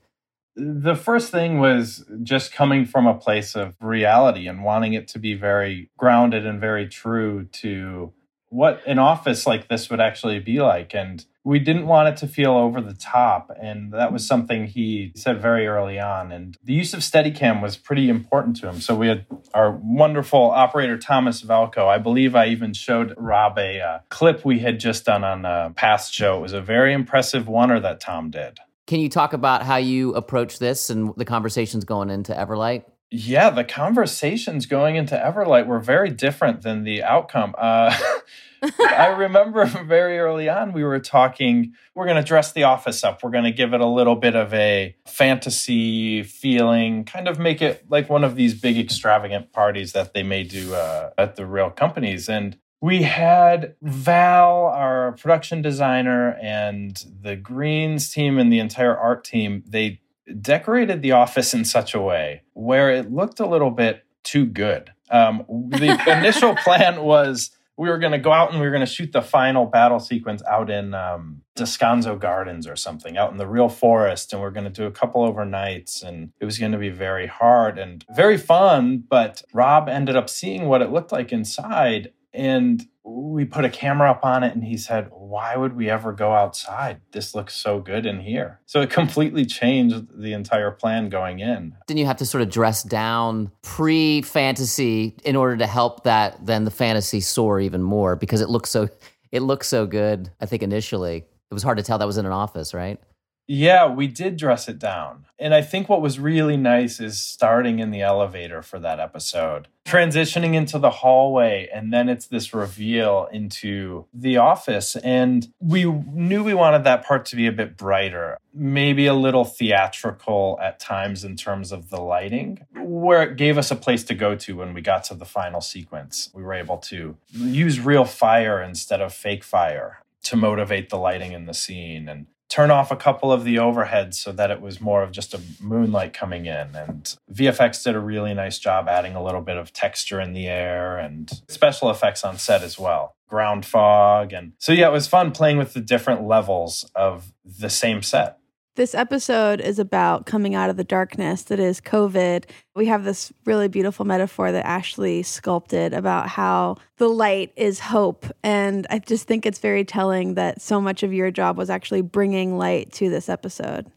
Speaker 7: the first thing was just coming from a place of reality and wanting it to be very grounded and very true to what an office like this would actually be like and we didn't want it to feel over the top and that was something he said very early on and the use of steadicam was pretty important to him so we had our wonderful operator thomas valco i believe i even showed rob a uh, clip we had just done on a past show it was a very impressive oneer that tom did
Speaker 5: Can you talk about how you approach this and the conversations going into Everlight?
Speaker 7: yeah the conversations going into everlight were very different than the outcome uh, [laughs] i remember very early on we were talking we're going to dress the office up we're going to give it a little bit of a fantasy feeling kind of make it like one of these big extravagant parties that they may do uh, at the real companies and we had Val, our production designer, and the Greens team and the entire art team. They decorated the office in such a way where it looked a little bit too good. Um, the initial plan was we were going to go out and we were going to shoot the final battle sequence out in um, Descanso Gardens or something, out in the real forest. And we're going to do a couple overnights. And it was going to be very hard and very fun. But Rob ended up seeing what it looked like inside. And we put a camera up on it and he said, Why would we ever go outside? This looks so good in here. So it [laughs] completely changed the entire plan going in.
Speaker 5: Didn't you have to sort of dress down pre fantasy in order to help that then the fantasy soar even more because it looks so it looks so good, I think initially. It was hard to tell that was in an office, right?
Speaker 7: Yeah, we did dress it down. And I think what was really nice is starting in the elevator for that episode, transitioning into the hallway, and then it's this reveal into the office. And we knew we wanted that part to be a bit brighter, maybe a little theatrical at times in terms of the lighting, where it gave us a place to go to when we got to the final sequence. We were able to use real fire instead of fake fire to motivate the lighting in the scene and turn off a couple of the overheads so that it was more of just a moonlight coming in and VFX did a really nice job adding a little bit of texture in the air and special effects on set as well ground fog and so yeah it was fun playing with the different levels of the same set
Speaker 4: This episode is about coming out of the darkness that is COVID. We have this really beautiful metaphor that Ashley sculpted about how the light is hope. And I just think it's very telling that so much of your job was actually bringing light to this episode.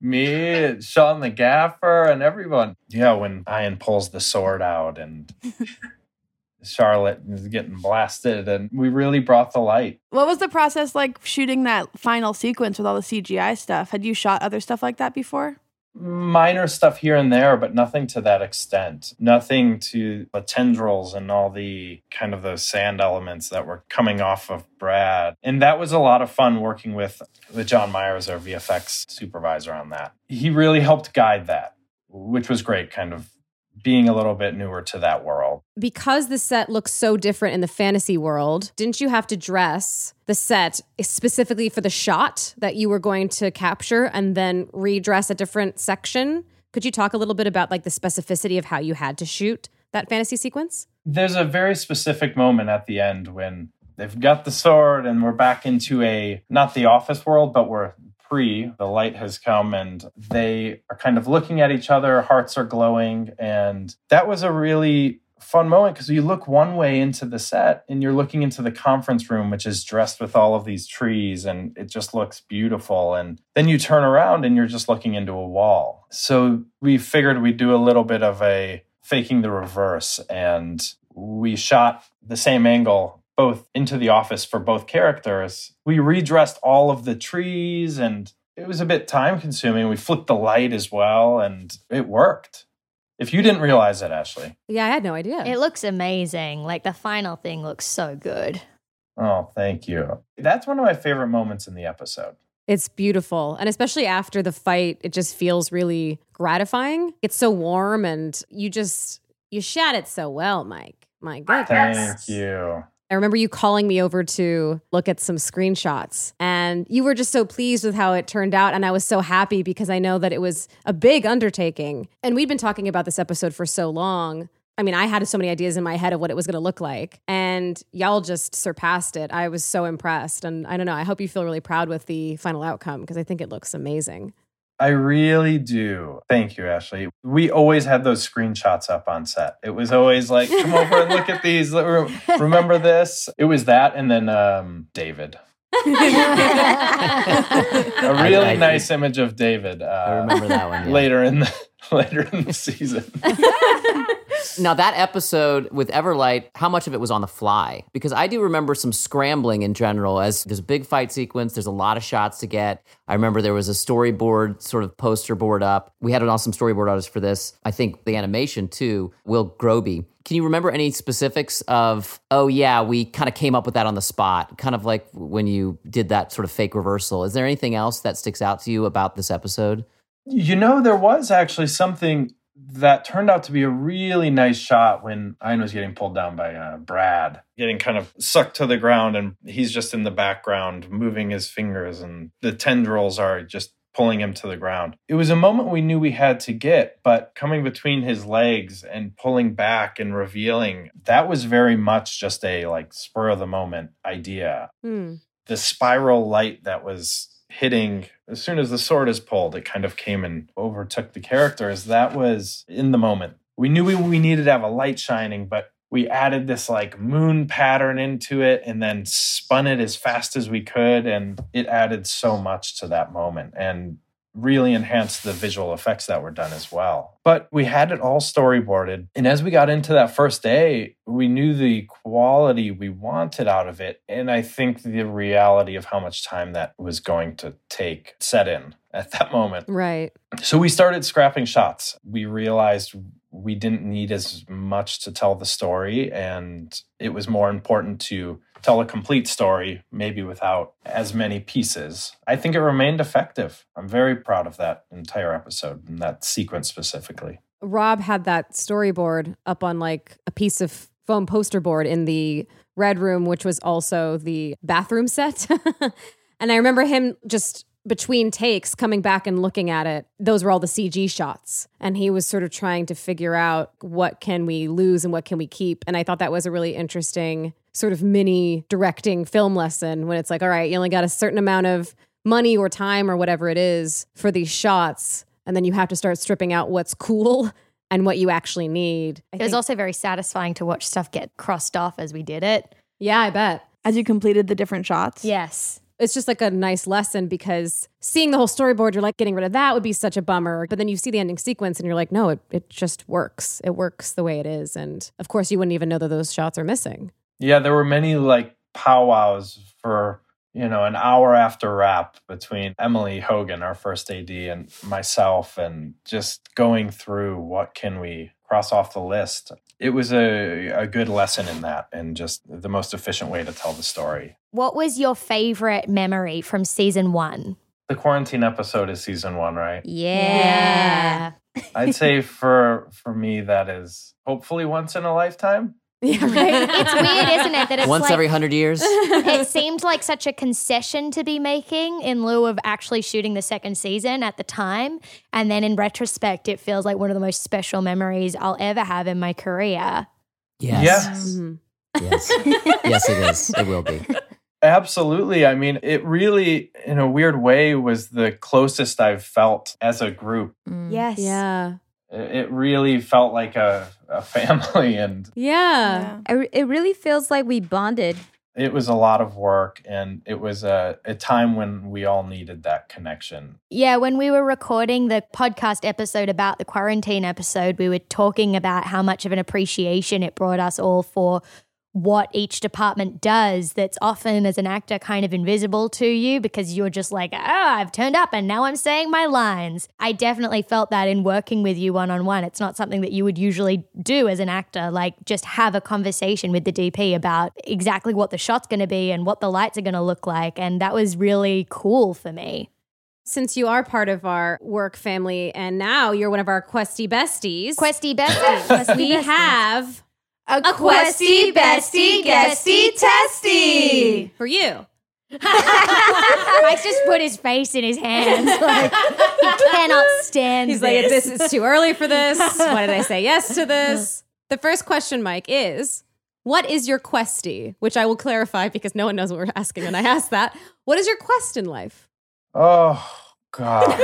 Speaker 7: me Sean the gaffer and everyone yeah when Ian pulls the sword out and Charlotte is getting blasted and we really brought the light
Speaker 4: What was the process like shooting that final sequence with all the CGI stuff? Had you shot other stuff like that before?
Speaker 7: minor stuff here and there, but nothing to that extent. Nothing to the tendrils and all the kind of those sand elements that were coming off of Brad. And that was a lot of fun working with, with John Myers, our VFX supervisor on that. He really helped guide that, which was great, kind of being a little bit newer to that world.
Speaker 1: Because the set looks so different in the fantasy world, didn't you have to dress the set specifically for the shot that you were going to capture and then redress a different section? Could you talk a little bit about like the specificity of how you had to shoot that fantasy sequence?
Speaker 7: There's a very specific moment at the end when they've got the sword and we're back into a not the office world, but we're pre the light has come and they are kind of looking at each other, hearts are glowing. And that was a really fun moment because you look one way into the set and you're looking into the conference room, which is dressed with all of these trees and it just looks beautiful. And then you turn around and you're just looking into a wall. So we figured we'd do a little bit of a faking the reverse and we shot the same angle both into the office for both characters. We redressed all of the trees and it was a bit time consuming. We flipped the light as well and it worked. If you didn't realize it, Ashley.
Speaker 1: Yeah, I had no idea.
Speaker 3: It looks amazing. Like the final thing looks so good.
Speaker 7: Oh, thank you. That's one of my favorite moments in the episode.
Speaker 1: It's beautiful. And especially after the fight, it just feels really gratifying. It's so warm and you just, you shot it so well, Mike. My goodness.
Speaker 7: Thank you.
Speaker 1: I remember you calling me over to look at some screenshots, and you were just so pleased with how it turned out. And I was so happy because I know that it was a big undertaking. And we'd been talking about this episode for so long. I mean, I had so many ideas in my head of what it was going to look like, and y'all just surpassed it. I was so impressed. And I don't know, I hope you feel really proud with the final outcome because I think it looks amazing.
Speaker 7: I really do. Thank you, Ashley. We always had those screenshots up on set. It was always like, come over and look at these. Remember this? It was that, and then um, David. a really I, I nice do. image of David. Uh, I
Speaker 5: remember that
Speaker 7: [laughs]
Speaker 5: one yeah.
Speaker 7: later in the later in the season.
Speaker 5: now that episode with Everlight, how much of it was on the fly? Because I do remember some scrambling in general. As there's a big fight sequence, there's a lot of shots to get. I remember there was a storyboard, sort of poster board up. We had an awesome storyboard artist for this. I think the animation too, Will Groby. Can you remember any specifics of? Oh yeah, we kind of came up with that on the spot, kind of like when you did that sort of fake reversal. Is there anything else that sticks out to you about this episode?
Speaker 7: You know, there was actually something that turned out to be a really nice shot when Ian was getting pulled down by uh, Brad, getting kind of sucked to the ground, and he's just in the background moving his fingers, and the tendrils are just pulling him to the ground. It was a moment we knew we had to get, but coming between his legs and pulling back and revealing, that was very much just a like spur of the moment idea. Mm. The spiral light that was hitting as soon as the sword is pulled it kind of came and overtook the characters that was in the moment we knew we, we needed to have a light shining but we added this like moon pattern into it and then spun it as fast as we could and it added so much to that moment and really enhanced the visual effects that were done as well but we had it all storyboarded and as we got into that first day we knew the quality we wanted out of it and i think the reality of how much time that was going to take set in at that moment
Speaker 1: right
Speaker 7: so we started scrapping shots we realized we didn't need as much to tell the story and it was more important to tell a complete story maybe without as many pieces i think it remained effective i'm very proud of that entire episode and that sequence specifically
Speaker 1: rob had that storyboard up on like a piece of foam poster board in the red room which was also the bathroom set [laughs] and i remember him just between takes coming back and looking at it those were all the cg shots and he was sort of trying to figure out what can we lose and what can we keep and i thought that was a really interesting sort of mini directing film lesson when it's like all right you only got a certain amount of money or time or whatever it is for these shots and then you have to start stripping out what's cool [laughs] and what you actually need
Speaker 3: I it was think- also very satisfying to watch stuff get crossed off as we did it
Speaker 1: yeah i bet
Speaker 4: as you completed the different shots
Speaker 3: yes
Speaker 1: it's just like a nice lesson because seeing the whole storyboard, you're like, getting rid of that would be such a bummer. But then you see the ending sequence and you're like, no, it, it just works. It works the way it is. And of course, you wouldn't even know that those shots are missing.
Speaker 7: Yeah, there were many like powwows for, you know, an hour after wrap between Emily Hogan, our first AD, and myself, and just going through what can we cross off the list. It was a, a good lesson in that and just the most efficient way to tell the story.
Speaker 3: What was your favorite memory from season one?
Speaker 7: The quarantine episode is season one, right?
Speaker 2: Yeah.
Speaker 7: I'd say for for me that is hopefully once in a lifetime.
Speaker 1: Yeah, right.
Speaker 3: [laughs] It's weird, isn't it? That it's
Speaker 5: Once
Speaker 3: like,
Speaker 5: every
Speaker 3: [laughs]
Speaker 1: [laughs]
Speaker 5: hundred years.
Speaker 3: it seemed like such a concession to be making in lieu of actually shooting the second season at the time. And then in retrospect, it feels like one of the most special memories I'll ever have in my career.
Speaker 5: Yes.
Speaker 1: Mhm.
Speaker 3: Mm-hmm.
Speaker 5: Yes. yes, it is. It will be.
Speaker 7: Absolutely. I mean, it really, in a weird way, was the closest I've felt as a group.
Speaker 2: Mm.
Speaker 3: Yes.
Speaker 1: Yeah.
Speaker 7: It- It really felt like a, a family, [laughs] and
Speaker 1: Yeah.
Speaker 2: I re- it really feels like we bonded.
Speaker 7: it was a lot of work. And it was a, a time when we all needed that connection.
Speaker 3: Yeah, when we were recording the podcast episode about the quarantine episode, we were talking about how much of an appreciation it brought us all for what each department does that's often as an actor kind of invisible to you because you're just like, oh, I've turned up and now I'm saying my lines. I definitely felt that in working with you one on one. It's not something that you would usually do as an actor, like just have a conversation with the DP about exactly what the shot's going to be and what the lights are going to look like. And that was really cool for me.
Speaker 1: Since you are part of our work family and now you're one of our questy besties,
Speaker 3: Questy [laughs] besties.
Speaker 1: we have
Speaker 4: A,
Speaker 1: questy bestie guesty testy for you.
Speaker 3: Mike's just put his face in his hands. Like, he [laughs] cannot stand
Speaker 1: He's like,
Speaker 3: this.
Speaker 1: this is too early for this. Why did I say yes to this? The first question, Mike, is what is your questy? Which I will clarify because no one knows what we're asking when I ask that. What is your quest in life?
Speaker 7: Oh,
Speaker 4: [laughs]
Speaker 7: God.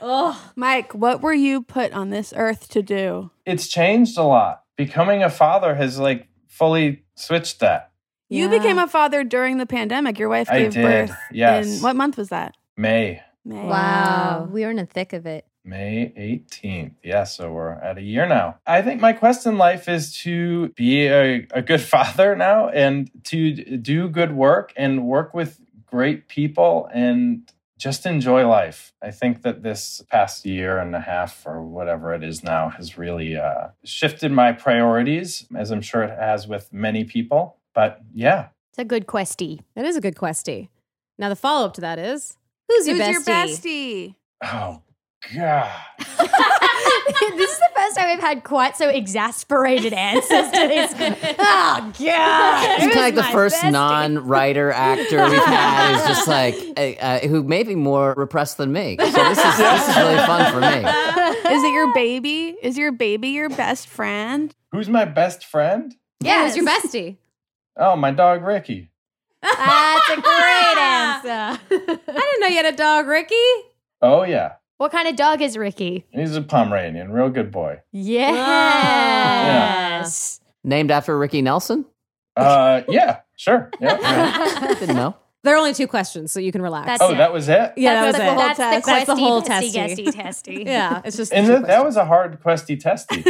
Speaker 1: Oh,
Speaker 4: Mike, what were you put on this earth to do?
Speaker 7: it's changed a lot. Becoming a father has like fully switched that.
Speaker 4: You became a father during the pandemic. Your wife
Speaker 7: I
Speaker 4: gave
Speaker 7: did,
Speaker 4: birth.
Speaker 7: yes.
Speaker 4: In what month was that?
Speaker 7: May,
Speaker 4: May.
Speaker 2: Wow. We were in the thick of it.
Speaker 7: May 18th. Yeah, so we're at a year now. I think my quest in life is to be a, a good [laughs] father now and to d- do good work and work with great people and just enjoy life. I think that this past year and a half or whatever it is now has really uh, shifted my priorities, as I'm sure it has with many people. But yeah,
Speaker 3: It's a good questy.
Speaker 1: that is a good questy. Now, the follow up to that is who's, your, bestie?
Speaker 4: Who's your bestie?
Speaker 7: Oh God.
Speaker 3: [laughs] this is the first time we've had quite so exasperated answers to [laughs] this. Oh god!
Speaker 5: He's kind of like the first non-writer actor we've had is just like uh, uh, who may be more repressed than me. So this is this is really fun for me.
Speaker 4: Is it [laughs] your baby? Is your baby your best friend?
Speaker 7: Who's my best friend?
Speaker 1: Yeah, who's your bestie?
Speaker 7: Oh, my dog Ricky.
Speaker 3: That's a [laughs] great answer.
Speaker 1: Ah! I didn't know you had a dog, Ricky.
Speaker 7: Oh yeah.
Speaker 3: What kind of dog is Ricky?
Speaker 7: He's a Pomeranian, real good boy.
Speaker 3: Yes.
Speaker 5: Named after Ricky Nelson.
Speaker 7: Uh yeah, sure. Yeah.
Speaker 3: [laughs]
Speaker 7: yeah.
Speaker 5: Didn't know.
Speaker 1: There are only two questions, so you can relax.
Speaker 3: That's-
Speaker 7: Oh, that was it?
Speaker 1: yeah, that was
Speaker 3: that's
Speaker 1: it.
Speaker 3: the, that's the
Speaker 1: That's the
Speaker 3: questy,
Speaker 1: whole
Speaker 3: bestie,
Speaker 1: testy.
Speaker 3: guesty, [laughs] testy.
Speaker 1: [laughs] yeah, it's just
Speaker 7: And
Speaker 1: two
Speaker 7: that, that
Speaker 1: questions.
Speaker 7: was a hard questy testy.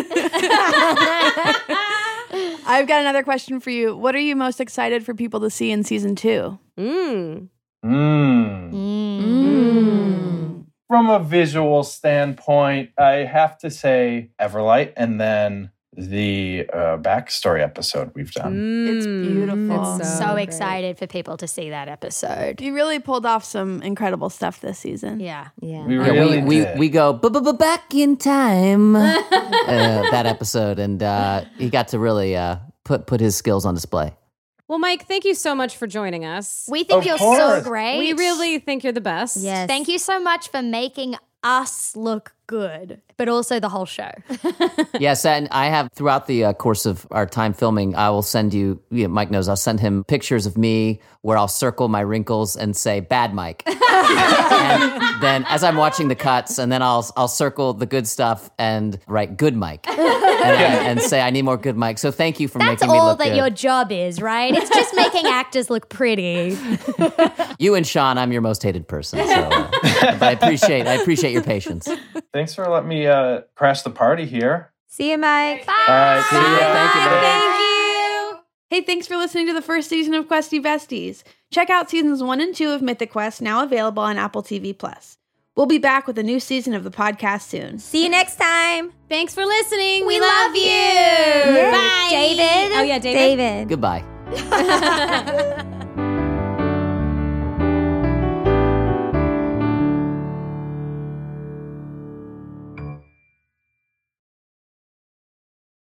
Speaker 4: I've got another question for you. What are you most excited for people to see in season two?
Speaker 1: Mm.
Speaker 7: Mmm.
Speaker 3: Mm.
Speaker 7: From a visual standpoint, I have to say Everlight and then the uh, backstory episode we've done.
Speaker 4: It's
Speaker 1: Mm.
Speaker 4: beautiful.
Speaker 1: It's
Speaker 3: so
Speaker 1: great.
Speaker 3: excited for people to see that episode.
Speaker 4: You really pulled off some incredible stuff this season.
Speaker 3: Yeah.
Speaker 2: Yeah.
Speaker 7: We
Speaker 5: Yeah,
Speaker 7: really
Speaker 5: we, we
Speaker 7: did.
Speaker 5: we go bu- bu- bu- back in time uh, that episode, and uh, he got to really uh, put put his skills on display.
Speaker 1: Well, Mike, thank you so much for joining us.
Speaker 3: We think
Speaker 7: Of
Speaker 3: you're so
Speaker 7: course.
Speaker 3: great.
Speaker 1: We really think you're the best.
Speaker 2: Yes.
Speaker 3: Thank you so much for making us look good, but also the whole
Speaker 5: [laughs]
Speaker 3: show.
Speaker 5: Yes, and I have throughout the uh, course of our time filming, I will send you. Yeah, Mike knows I'll send him pictures of me where I'll circle my wrinkles and say
Speaker 3: [laughs]
Speaker 5: "bad Mike." and then, as I'm watching the cuts, and then I'll I'll circle the good stuff and write "good Mike"
Speaker 3: [laughs]
Speaker 5: and, and say I need more good Mike. So thank you for
Speaker 3: That's
Speaker 5: making me
Speaker 3: all
Speaker 5: look
Speaker 3: that
Speaker 5: good.
Speaker 3: your job is, right? It's just
Speaker 5: [laughs]
Speaker 3: making actors look pretty.
Speaker 5: You and Sean, I'm your most hated person. So,
Speaker 3: [laughs]
Speaker 5: uh, but I appreciate I appreciate your patience.
Speaker 7: Thanks for letting me uh, crash the party here. Uh,
Speaker 2: See you, Mike.
Speaker 7: All right, see ya.
Speaker 5: Thank you, Mike.
Speaker 4: Hey, thanks for listening to the first season of Questy Besties. Check out seasons one and two of Mythic Quest, now available on Apple TV Plus. We'll be back with a new season of the podcast soon.
Speaker 2: See you next time.
Speaker 1: Thanks for listening. We,
Speaker 2: love you. Oh,
Speaker 1: Bye.
Speaker 2: David.
Speaker 1: Oh, yeah, David.
Speaker 2: David.
Speaker 5: Goodbye.